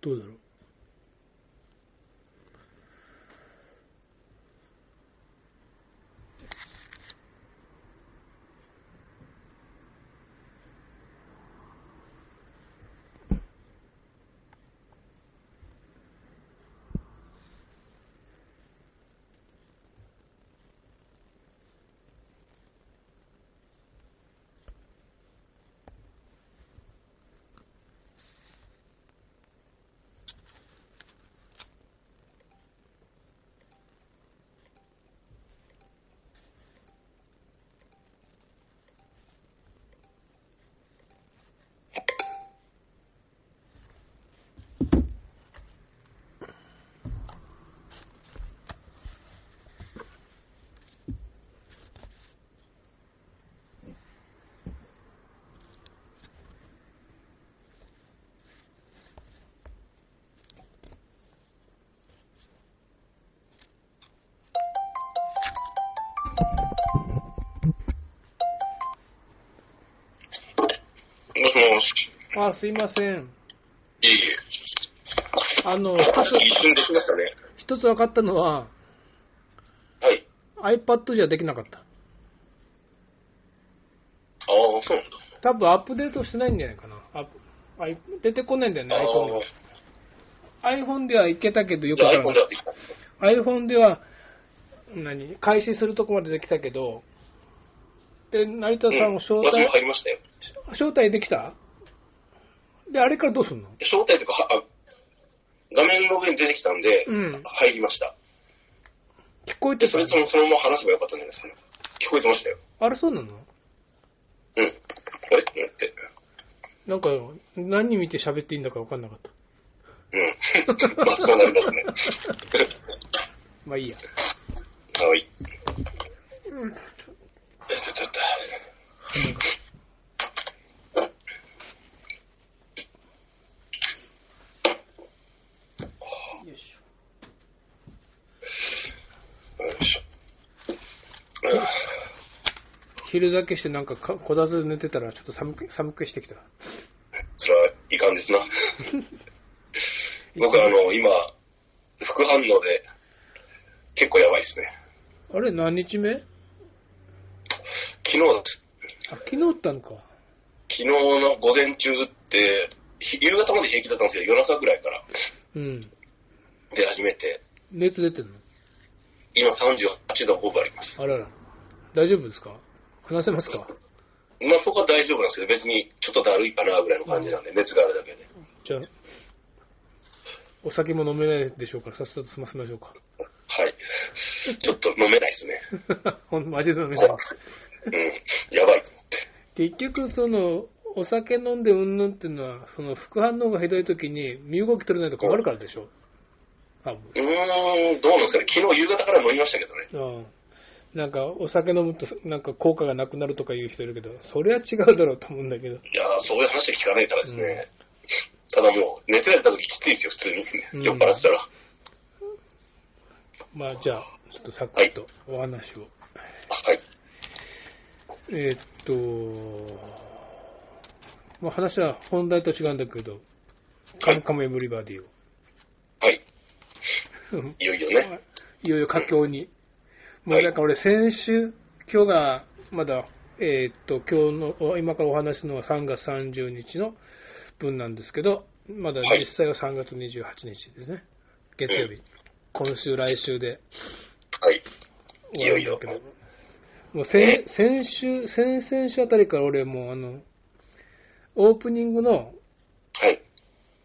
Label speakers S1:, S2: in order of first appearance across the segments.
S1: どうだろう
S2: もしもし。
S1: あ、すいません。
S2: いえいえ。
S1: あの、
S2: 一瞬できましたね。
S1: 一つ、一つ分かったのは、
S2: はい。
S1: iPad じゃできなかった。
S2: ああ、そうなんだ。
S1: 多分アップデートしてないんじゃないかな。アップあい出てこないんだよね、
S2: あ
S1: iPhone で
S2: あ
S1: は。。iPhone ではいけたけど、よく
S2: じゃあ
S1: わ
S2: iPhone
S1: か
S2: で
S1: ら
S2: はできたんですか
S1: iPhone では、何、開始するとこまでできたけど、で、成田さんを招
S2: うん、私
S1: 待
S2: も、入りましたよ。
S1: 招待できたで、あれからどうすんの
S2: 招待というか、はあ画面の上に出てきたんで、
S1: うん
S2: 入りました。
S1: 聞こえて
S2: で、そ
S1: た
S2: れともそのまま話せばよかったんじゃないですかね。聞こえてましたよ。
S1: あれそうなの
S2: うん。あれってなって。
S1: なんか、何見て喋っていいんだか分かんなかった。
S2: うん。まあ、そうなりますね。
S1: まあいいや。
S2: はい。やっちゃった。
S1: よいし
S2: よいしょ。
S1: ょ昼酒してなんかかこたつで寝てたらちょっと寒く、寒くしてきた。
S2: それはいかんですな。僕あの、今、副反応で、結構やばいですね。
S1: あれ何日目あ、
S2: 昨日です、
S1: 昨日打ったのか。
S2: 昨日の午前中って、ひ夕方まで平気だったんですよ。夜中ぐらいから
S1: うん。
S2: 出始めて、
S1: 熱出てんの
S2: 今38度5分あります。
S1: あらら。大丈夫ですか話せますか
S2: まあそこは大丈夫なんですけど、別にちょっとだるいかなぐらいの感じなんで、熱があるだけで。
S1: じゃあ、お酒も飲めないでしょうから、 さっさと済ませましょう
S2: はい。ちょっと飲めないですね。
S1: か。ほんマジで飲めない
S2: 怖。くてうん。やばいと思って。
S1: 結局、その、お酒飲んでうんぬんっていうのは、その副反応がひどい時に身動き取れないと困るからでしょ。あ、もう
S2: うーん、どうなんですかね。昨日夕方から飲みましたけどね。
S1: うんなんかお酒飲むとなんか効果がなくなるとか言う人いるけど、それは違うだろうと思うんだけど、
S2: いやーそういう話は聞かないからですね。ただもう、熱が出た時きついですよ、普通
S1: うん
S2: に。酔っ払ってたら。
S1: まあじゃあ、ちょっとサクッとお話を。
S2: はい。
S1: えーっと、まあ、話は本題と違うんだけど、カムカムエブリバディを。
S2: はい。いよいよね。
S1: いよいよ佳境に。もうなんか俺先週、今日がまだ、えーっと、今日の、お今からお話しするのは3月30日の分なんですけど、まだ実際は3月28日ですね。月曜日。今週、来週で
S2: はい。
S1: 終わるんだけど。
S2: いよいよ
S1: もう先先週、先々週あたりから俺もうあの、オープニングの、
S2: はい。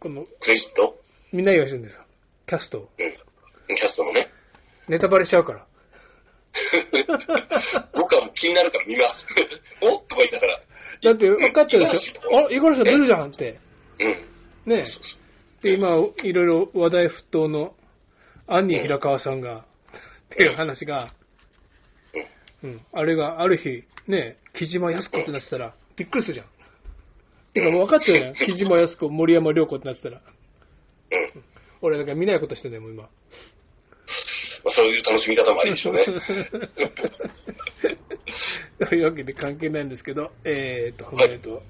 S1: この、
S2: クレジット
S1: みんな言わしてるんですよ。キャストを。
S2: うん。キャストも ね。
S1: ネタバレしちゃうから。
S2: 僕はもう気になるから見ます。おっとか言ったから。
S1: だって分かったでしょ。あ、
S2: い
S1: 五十嵐さん出るじゃんって。
S2: うん。
S1: ね
S2: そうそ
S1: で、今、いろいろ話題沸騰の、アンニー平川さんが、っていう話が、うん、あれがある日、ね、木島靖子ってなってたら、びっくりするじゃん。てかもう分かったよね。木島靖子、森山良子ってなってたら。
S2: ううん。
S1: 俺、だから見ないことしてんだよ、もう今。
S2: まあ、そういう楽しみ方もありでしょう ね。
S1: というわけで関係ないんですけど、えー、っと、
S2: はい
S1: えーっと、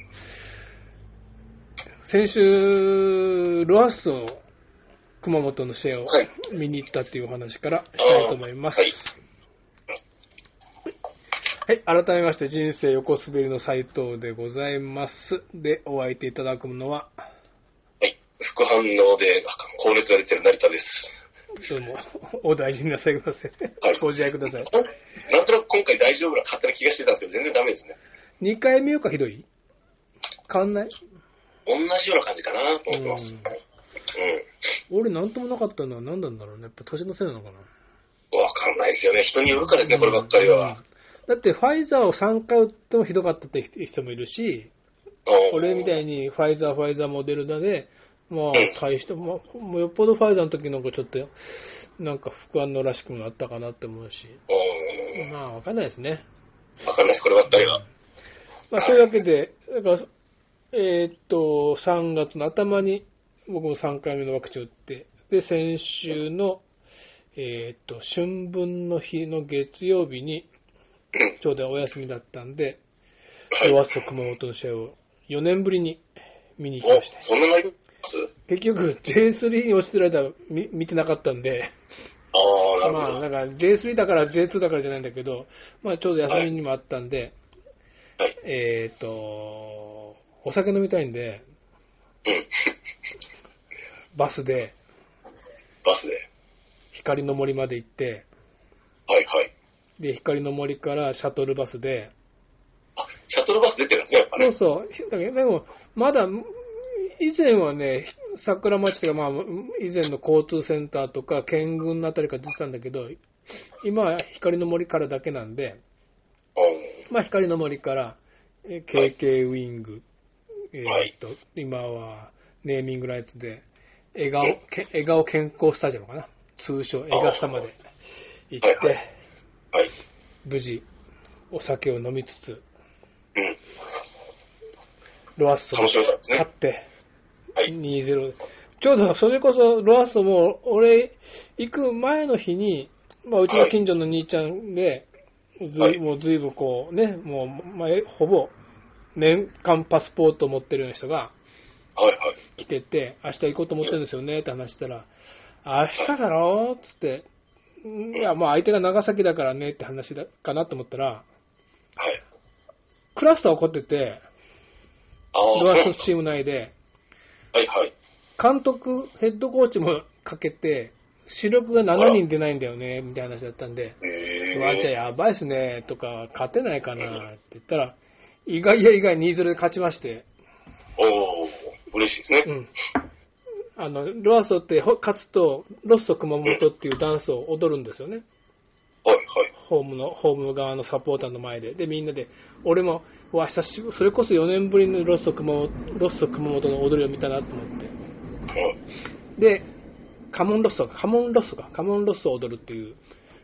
S1: 先週、ロアッソ、熊本の試合を
S2: はい
S1: 見に行ったっていうお話からしたいと思います。
S2: あー
S1: はいはい、改めまして、人生横滑りの斉藤でございます。で、お相手いただくのは、
S2: はい。副反応で高熱が出てる成田です。
S1: どうも、お大事になさいませ。
S2: はい
S1: ご自愛ください。
S2: なんとなく今回大丈夫な勝手な気がしてたんですけど、全然ダメですね。
S1: 2回目よかひどい変わんない
S2: 同じような感じかなと思ってます。
S1: う
S2: うんん。
S1: 俺なんともなかったのは何なんだろうね。やっぱ年のせいなのかな。
S2: わ、かんないですよね。人によるからですね、こればっかりは。
S1: だってファイザーを3回打ってもひどかったって人もいるし、
S2: うん
S1: 俺みたいにファイザー、ファイザー、モデルナで、まあ、大して、まあ、もうよっぽどファイザーの時の方がちょっと、なんか副反応らしくもなったかなって思うし、
S2: う
S1: まあ、わかんないですね。
S2: ん。わかんないです、こればっかりは。
S1: まあ、そういうわけで、だから、えーっと、3月の頭に僕も3回目のワクチン打って、で、先週の、えーっと、春分の日の月曜日に、
S2: うん
S1: ちょうどお休みだったんで、
S2: はい
S1: ロアッソ熊本の試合を4年ぶりに見に行き
S2: お
S1: ました。
S2: そんななります
S1: 結局、J3 に落ちてる間は見見てなかったんで、
S2: ああ、なる
S1: まあ、
S2: ほど。
S1: だから J3 だから J2 だからじゃないんだけど、まあ、ちょうど休みにもあったんで、
S2: はい
S1: えっ、と、お酒飲みたいんで、
S2: うん。
S1: バスで
S2: バスで。
S1: 光の森まで行って、
S2: はいはい。
S1: で、光の森からシャトルバスで、
S2: あ、シャトルバス出てるんですね、やっぱ
S1: そう
S2: ね。
S1: そう、ひだけどでも、まだ、以前はね、桜町とか、まあ、以前の交通センターとか、県軍のあたりから出てたんだけど、今は光の森からだけなんで、
S2: うん
S1: まあ、光の森から、えー KK ウィング、え
S2: はい
S1: ーっと、今はネーミングライツで、笑顔、け笑顔健康スタジアムかな。通称、笑顔スタまで行っ
S2: はいは
S1: て
S2: い、はい。
S1: 無事、お酒を飲みつつ、
S2: うん。
S1: ロアッソ
S2: 楽しみですね
S1: 勝って、
S2: はい。
S1: 2-0。ちょうどそれこそロアッソも、俺、行く前の日に、まあ、うちの近所の兄ちゃんで、ずい
S2: はい
S1: もうずいぶんこうね、もう、まあ、えほぼ、年間パスポートを持ってるような人が
S2: はいはい。
S1: 来てて、明日行こうと思ってるんですよねって話したら、明日だろっつって、んいや、まあ相手が長崎だからねって話だかなと思ったら、
S2: はい。
S1: クラスター怒ってて、
S2: ああ、
S1: ロアッソ
S2: そう
S1: チーム内で、
S2: はいはい。
S1: 監督、ヘッドコーチもかけて、主力が7人出ないんだよね、みたいな話だったんで、
S2: ええ
S1: うわ、じゃあやばいっすね、とか、勝てないかな、って言ったら、意外や意外2-0で勝ちまして、
S2: おお嬉しいですね。
S1: うん。あの、ロアソってほ勝つと、ロッソ熊本っていうダンスを踊るんですよね。
S2: はいはい。
S1: ホームの、ホーム側のサポーターの前で。で、みんなで、俺も、うわ、久しぶり、それこそ4年ぶりのロッソ熊本、ロッソ熊本の踊りを見たなと思って。
S2: うん。
S1: で、カモンロッソか、カモンロッソか、カモンロッソを踊るっていう。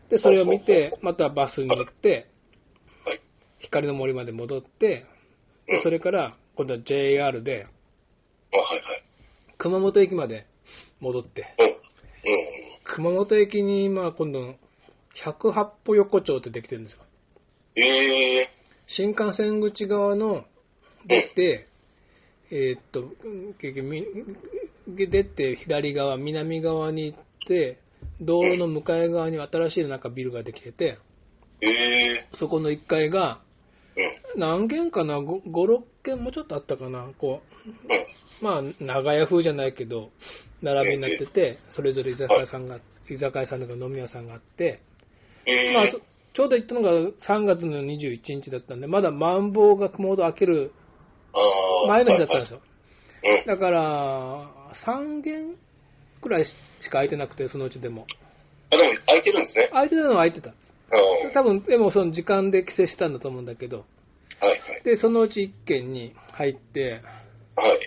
S1: で、それを見て、またバスに乗って、
S2: はい。
S1: 光の森まで戻って、
S2: う
S1: で
S2: ん
S1: それから、今度は JR で、
S2: あ、はいはい。
S1: 熊本駅まで戻って、
S2: うん。うん。
S1: 熊本駅に今、今度、108歩横丁ってできてるんですよ。
S2: ええ
S1: 新幹線口側の、出て、えーっと、うん結局み、出て左側、南側に行って、道路の向かい側に新しいなんかビルができてて、
S2: ええ
S1: そこの1階が、
S2: うん。
S1: 何軒かな、5、6軒もうちょっとあったかな、こ
S2: うん。
S1: う、まあ、長屋風じゃないけど、並びになってて、それぞれ居酒屋さんが、居酒屋さんとか飲み屋さんがあって、
S2: ええ
S1: まあ、そちょうど行ったのが3月の21日だったんで、まだマンボウが熊本開ける
S2: ああ。
S1: 前の日だったんです
S2: よ。
S1: よ。
S2: うん。
S1: だから、3軒くらいしか空いてなくて、そのうちでも。
S2: あ、でも空いてるんですね。
S1: 空いてたのは空いてた。
S2: うん。
S1: 多分、でもその時間で帰省したんだと思うんだけど、
S2: はいはい。
S1: で、そのうち1軒に入って、
S2: はい。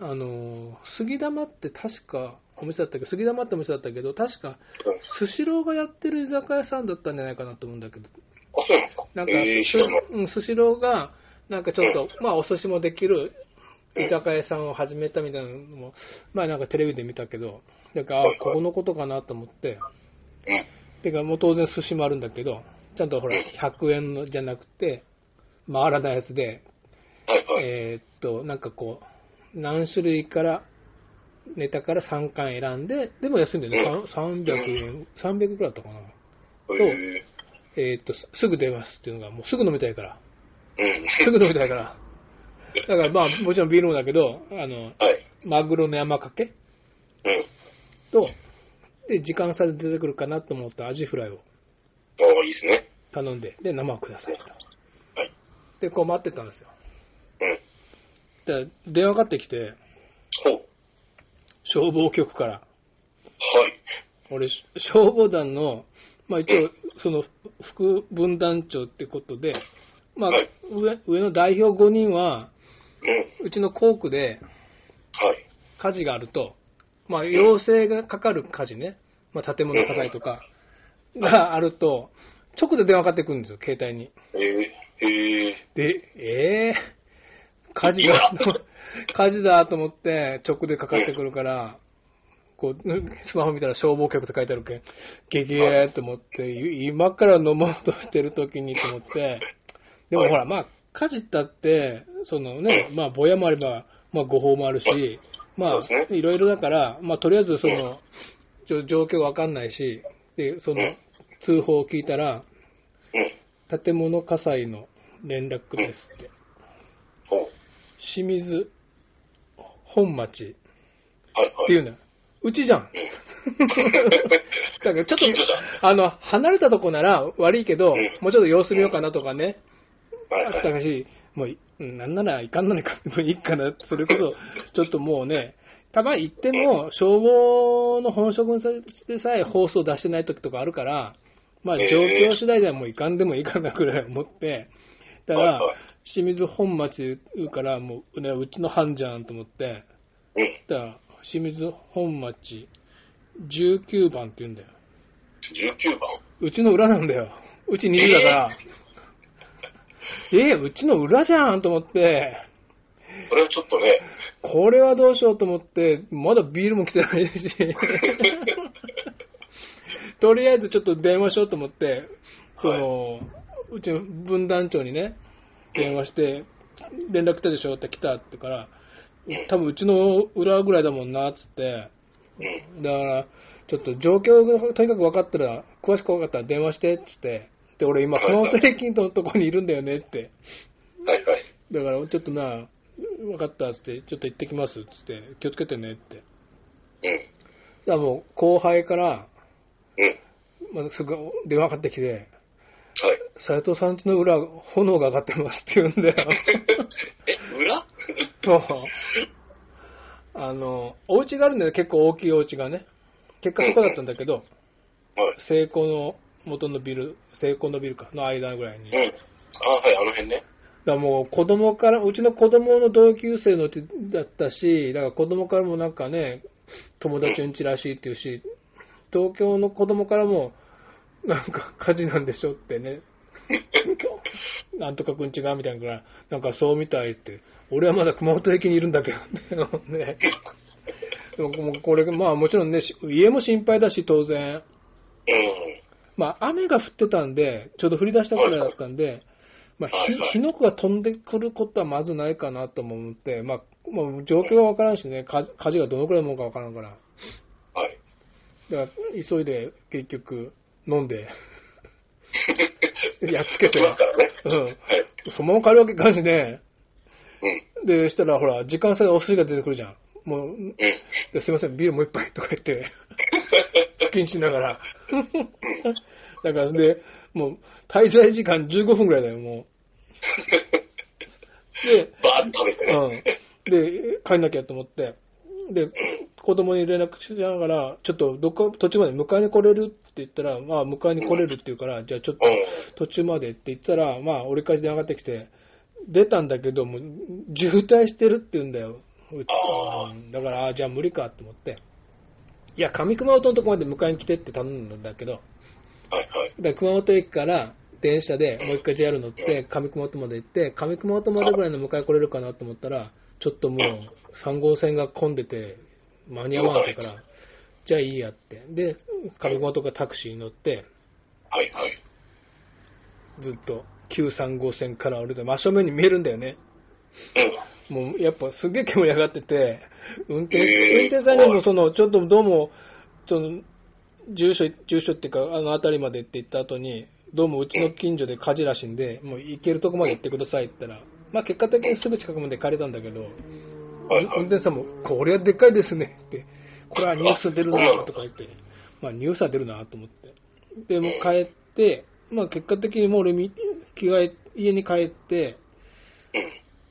S1: あのー、杉玉って確かお店だったけど、杉玉ってお店だったけど、確か、
S2: うん
S1: スシローがやってる居酒屋さんだったんじゃないかなと思うんだけど、
S2: あ、そうなんですか。
S1: なんか、
S2: ええ知らない。
S1: すうんスシローが、なんかちょっと、まあ、お寿司もできる居酒屋さんを始めたみたいなのも、まあ、なんかテレビで見たけど、なんか、あ
S2: はいはい
S1: ここのことかなと思って、
S2: うん。
S1: てか、もう当然寿司もあるんだけど、ちゃんとほら、100円のじゃなくて、回らないやつで、
S2: はいはい。
S1: えーっと、なんかこう、何種類から、ネタから3巻選んで、でも安いんだよね。さん300円、300くらいだったかな。
S2: へえ
S1: えーっと、すすぐ出ますっていうのが、もうすぐ飲みたいから。
S2: うん。
S1: すぐ飲みたいから。だからまあ、もちろんビールもだけど、あの、
S2: はい。
S1: マグロの山かけ
S2: うん。
S1: と、で、時間差で出てくるかなと思ったアジフライを
S2: ああ、いいですね。
S1: 頼んで、で、生をくださいと。
S2: はい。
S1: で、こう待ってたんですよ。
S2: うん。
S1: で、電話かかってきて、
S2: ほう。
S1: 消防局から、
S2: はい。
S1: 俺、消防団の、まあ一応、その、副分団長ってことで、まあ
S2: はい、
S1: 上上の代表5人は、
S2: うん。
S1: うちの校区で
S2: はい。
S1: 火事があると、まあ、要請がかかる火事ね、まあ、建物火災とかがあると、直で電話かかってくるんですよ、携帯に。
S2: ええへえ
S1: で、えー、火事だ、火事だと思って、直でかかってくるから、こう、スマホ見たら消防局って書いてあるけん、ゲゲーと思って、今から飲もうとしてる時にと思って、でもほら、まあ、火事だって、そのね、まあ、ぼやもあれば、まあ、誤報もあるし、ま
S2: そうです
S1: あ、
S2: ね
S1: いろいろだから、まあ、とりあえずそ
S2: うん
S1: の、ちょ状況わかんないし、で、その
S2: うん、
S1: 通報を聞いたら、
S2: うん。
S1: 建物火災の連絡ですって。
S2: ほう。
S1: 清水本町
S2: はい
S1: っ
S2: は
S1: て
S2: い。
S1: いうの、 うちじゃ ん。だからちょっ
S2: 近所
S1: と、あの、離れたとこなら悪いけど、
S2: ん
S1: もうちょっと様子見ようかなとかね、
S2: はい
S1: あ
S2: は
S1: っ
S2: い。
S1: たかし、もうい、うんなんならいかんなのか、もういいかな、それこそ、ちょっともう ね、たまに行っても、消防の本職でさえ放送出してない時とかあるから、まあ状
S2: ええ
S1: 況次第ではもういかんでもいいかなくらい思って、だか
S2: は
S1: ら
S2: いはい、
S1: 清水本町言うから、もうね、うちの班じゃんと思って、
S2: うん。
S1: だから清水本町19番って言うんだよ。
S2: 19番。
S1: うちの裏なんだよ。うち20だから。えーうちの裏じゃんと思って、
S2: これはちょっ とね、
S1: これはどうしようと思って、まだビールも来てないし。 とりあえずちょっと電話しようと思って、その、うちの分団長にね、電話して、連絡来たでしょって来たってから、多分うちの裏ぐらいだもんな、つって。
S2: うん。
S1: だから、ちょっと状況がとにかく分かったら、詳しく分かったら電話してっつって、で、俺今、
S2: はい
S1: 熊
S2: はい
S1: 本駅のとこにいるんだよねって、
S2: はいはい。
S1: だからちょっとな、分かったっつって、ちょっと行ってきますっつって、気をつけてねって。
S2: うん。
S1: じゃあもう、後輩から、
S2: うん。
S1: まずすぐ電話かかってきて、
S2: はい。
S1: 斉藤さん家の裏、炎が上がってますって言うんだよ。
S2: え、裏
S1: そう。あの、お家があるんだよ、結構大きいお家がね。結果そこだったんだけど、
S2: はい。
S1: 成功の元のビル、成功のビルか、の間ぐらいに。
S2: う
S1: だか
S2: ん。あはい、あの辺ね。
S1: らもう子供から、うちの子供の同級生のうちだったし、だから子供からもなんかね、友達うんちらしいっていうし、東京の子供からも、なんか火事なんでしょってね。なんとかくんちがみたいなから、なんかそうみたいって。俺はまだ熊本駅にいるんだけどね。でももうこれ、まあもちろんね、し家も心配だし当然。
S2: うん。
S1: まあ、雨が降ってたんで、ちょうど降り出したくらいだったんで、まあ
S2: はいはい、
S1: 火火の粉が飛んでくることはまずないかなとも思って、まあ、まあ、状況は分からんしね、火火事がどのくらいのものか分からんから、
S2: はい。
S1: だから急いで結局、飲んで、 やっつけて、
S2: 来ますからね。
S1: うん
S2: はい。
S1: そのまま帰るわけいかんしね、
S2: うん。
S1: で、したら、ほら、時間差でお寿司が出てくるじゃん。もう、
S2: うん。
S1: ですいません、ビールもう一杯とか言って、不謹しながら。 だからで、もう、滞在時間15分ぐらいだよ、もう。で、
S2: バーッと食べてね。
S1: うん。で、帰んなきゃと思って。で、子供に連絡しながら、ちょっとどっか途中まで迎えに来れるって言ったら、まあ、迎えに来れるって言うから、じゃあちょっと途中までって言ったら、まあ、折り返しで上がってきて、出たんだけど、もう、渋滞してるって言うんだよ。うち
S2: あ
S1: うんだから、あーじゃあ無理かと思って。いや、上熊本のとこまで迎えに来てって頼んだんだけど、
S2: はいは
S1: だ
S2: い。
S1: から熊本駅から電車でもう一回 JR 乗って、上熊本まで行って、上熊本までぐらいの迎え来れるかなと思ったら、ちょっともう3号線が混んでて、間に合わないから、じゃあいいやって。で、上熊本からタクシーに乗って、
S2: はいはい。
S1: ずっと935線から降りて、真正面に見えるんだよね。
S2: うん。
S1: もうやっぱすげえ煙上がってて、運転、
S2: えー
S1: 運転手さんにもその、ちょっとどうも、その、住所、住所っていうか、あの辺りまでって言った後に、どうもうちの近所で火事らしいんで、もう行けるとこまで行ってくださいって言ったら、まあ結果的にすぐ近くまで借りたんだけど、
S2: はい
S1: 運
S2: はい。
S1: 転手さんも、これはでっかいですねって、これはニュース出るなとか言って、まあニュースは出るなと思って。で、もう帰って、まあ結果的にもう俺み、着替え、家に帰って、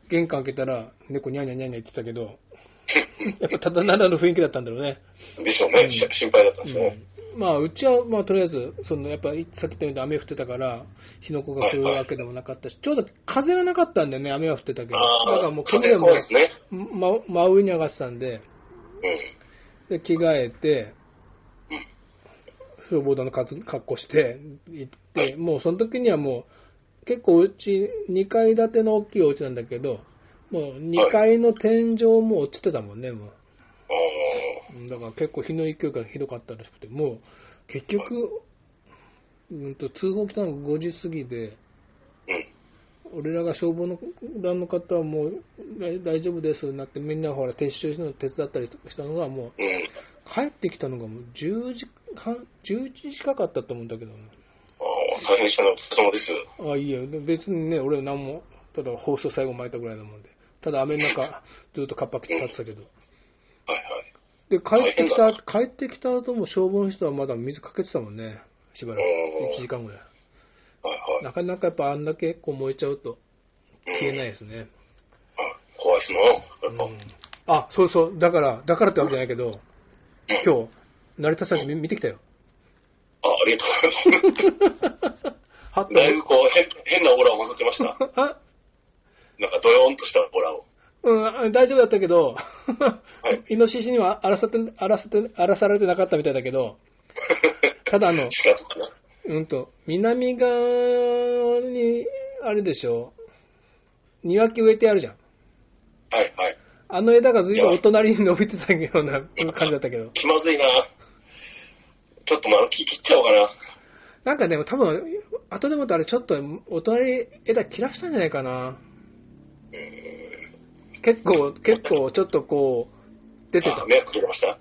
S1: 玄関開けたら、猫ニャーニャーニャーニャー言ってたけど、 やっぱただならぬ雰囲気だったんだろうね。
S2: うん。 でしょうね。し心配だったんでしょうね。
S1: うん、まあ、うちは、まあ、とりあえず、その、やっぱ、さっき言ったように雨降ってたから、火の粉が降るわけでもなかったし、ちょうど風がなかったんだよね、雨は降ってたけど。
S2: ああ、
S1: だからもう
S2: 風
S1: 風がも
S2: 邪怖いですね。
S1: う、ま、真上に上がってたんで、
S2: う
S1: で、着替えて、スノーボードの格格好して行って、もうその時にはもう、結構うち2階建ての大きいお家なんだけど、もう2階の天井も落ちてたもんね、もう。うんだから結構火の勢いがひどかったらしくて、もう結局、うんと通報来たのが5時過ぎで、
S2: ん。うん。
S1: 俺らが消防の団の方はもう大大丈夫ですになって、みんなほら撤収するの手伝ったりしたのがもう
S2: うん。
S1: 帰ってきたのがもう10時半、11時近かったと思うんだけどね。
S2: ああ、大変でしたね。お疲れ様です。
S1: あいいや、で別にね、俺は何も、ただ放送最後巻いたぐらいなもんで。ただ雨の 中、ずっとカッパ着て立ってたけど。
S2: はいはい。
S1: で、帰ってき
S2: 大
S1: た、帰ってきた後も消防の人はまだ水かけてたもんね。しばらく。
S2: うん
S1: 1時間ぐらい。
S2: はいはい。
S1: なかなかやっぱあんだけこう燃えちゃうと消えないですね。
S2: あ怖いですな。や
S1: う
S2: っぱ。
S1: ん。あ、そうそう。だから、だからってわけじゃないけど、今日、成田さん見見てきたよ。
S2: あ、ありがとうございます。
S1: はっと
S2: だいぶこう、変変なオーラを混ぜてました。なんか
S1: あ
S2: ドヨーンとしたオーラを。
S1: うん、大丈夫だったけど、
S2: い
S1: イノシシには荒らさて、荒らさて、荒らされてなかったみたいだけど、ただあの、
S2: 鹿とかな。
S1: うんと、南側に、あれでしょ、庭木植えてあるじゃん。
S2: はいはい。
S1: あの枝がずいぶんお隣に伸びてたような感じだったけど。
S2: 気まずいな。ちょっとまあ、切切っちゃおうかな。
S1: なんかでも多分、後でもってあれちょっとお隣枝切らしたんじゃないかな。結構、結構ちょっとこう、出てた
S2: あ。迷惑かけてました。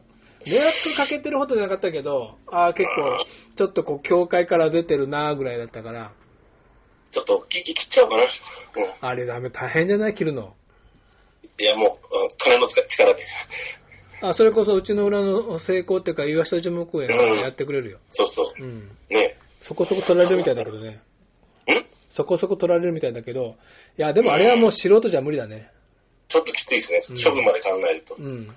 S1: 迷惑かけてるほどじゃなかったけど、ああ、結構、ちょっとこう、教会から出てるなーぐらいだったから、
S2: ちょっと切切切っちゃおうかな。うん
S1: あれダメ、大変じゃない切るの。
S2: いや、もう、うん金の使い力で。
S1: あ、それこそうちの裏の成功っていうか、岩下樹木園
S2: うん
S1: やってくれるよ。
S2: そうそう
S1: う。ん。
S2: ね
S1: そこそこ取られるみたいだけどね。
S2: ん
S1: そこそこ取られるみたいだけど、いや、でもあれはもう素人じゃ無理だね。
S2: ちょっときついです
S1: うん
S2: ね。処分まで考えると。う
S1: うん。
S2: ん
S1: う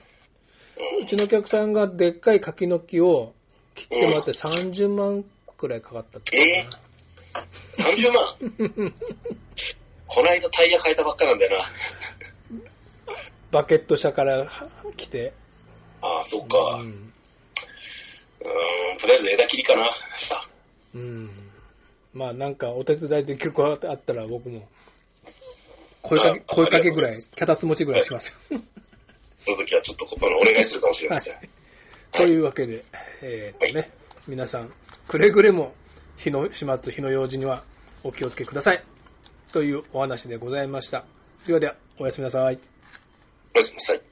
S1: ちのお客さんがでっかい柿の木を切ってもらって30万くらいかかったって言ってたな
S2: 30万こないだタイヤ変えたばっかなんだよな。
S1: バケット車から来て。
S2: ああ、そうか。う、
S1: うんん
S2: とりあえず枝切りかな。さあ
S1: うん。まあなんかお手伝いできる子があったら僕 も声かけ、
S2: あ
S1: 声かけぐ
S2: ありがとうござい
S1: ら
S2: ま
S1: い、脚立持ちぐらいしますよ。
S2: その時はちょっとここのお願いするかもしれません。
S1: はいというわけで、えーっとね、皆さん、くれぐれも火の始末、火の用心にはお気をつけください。というお話でございました。ではでは、おやすみなさい。
S2: おやすみなさい。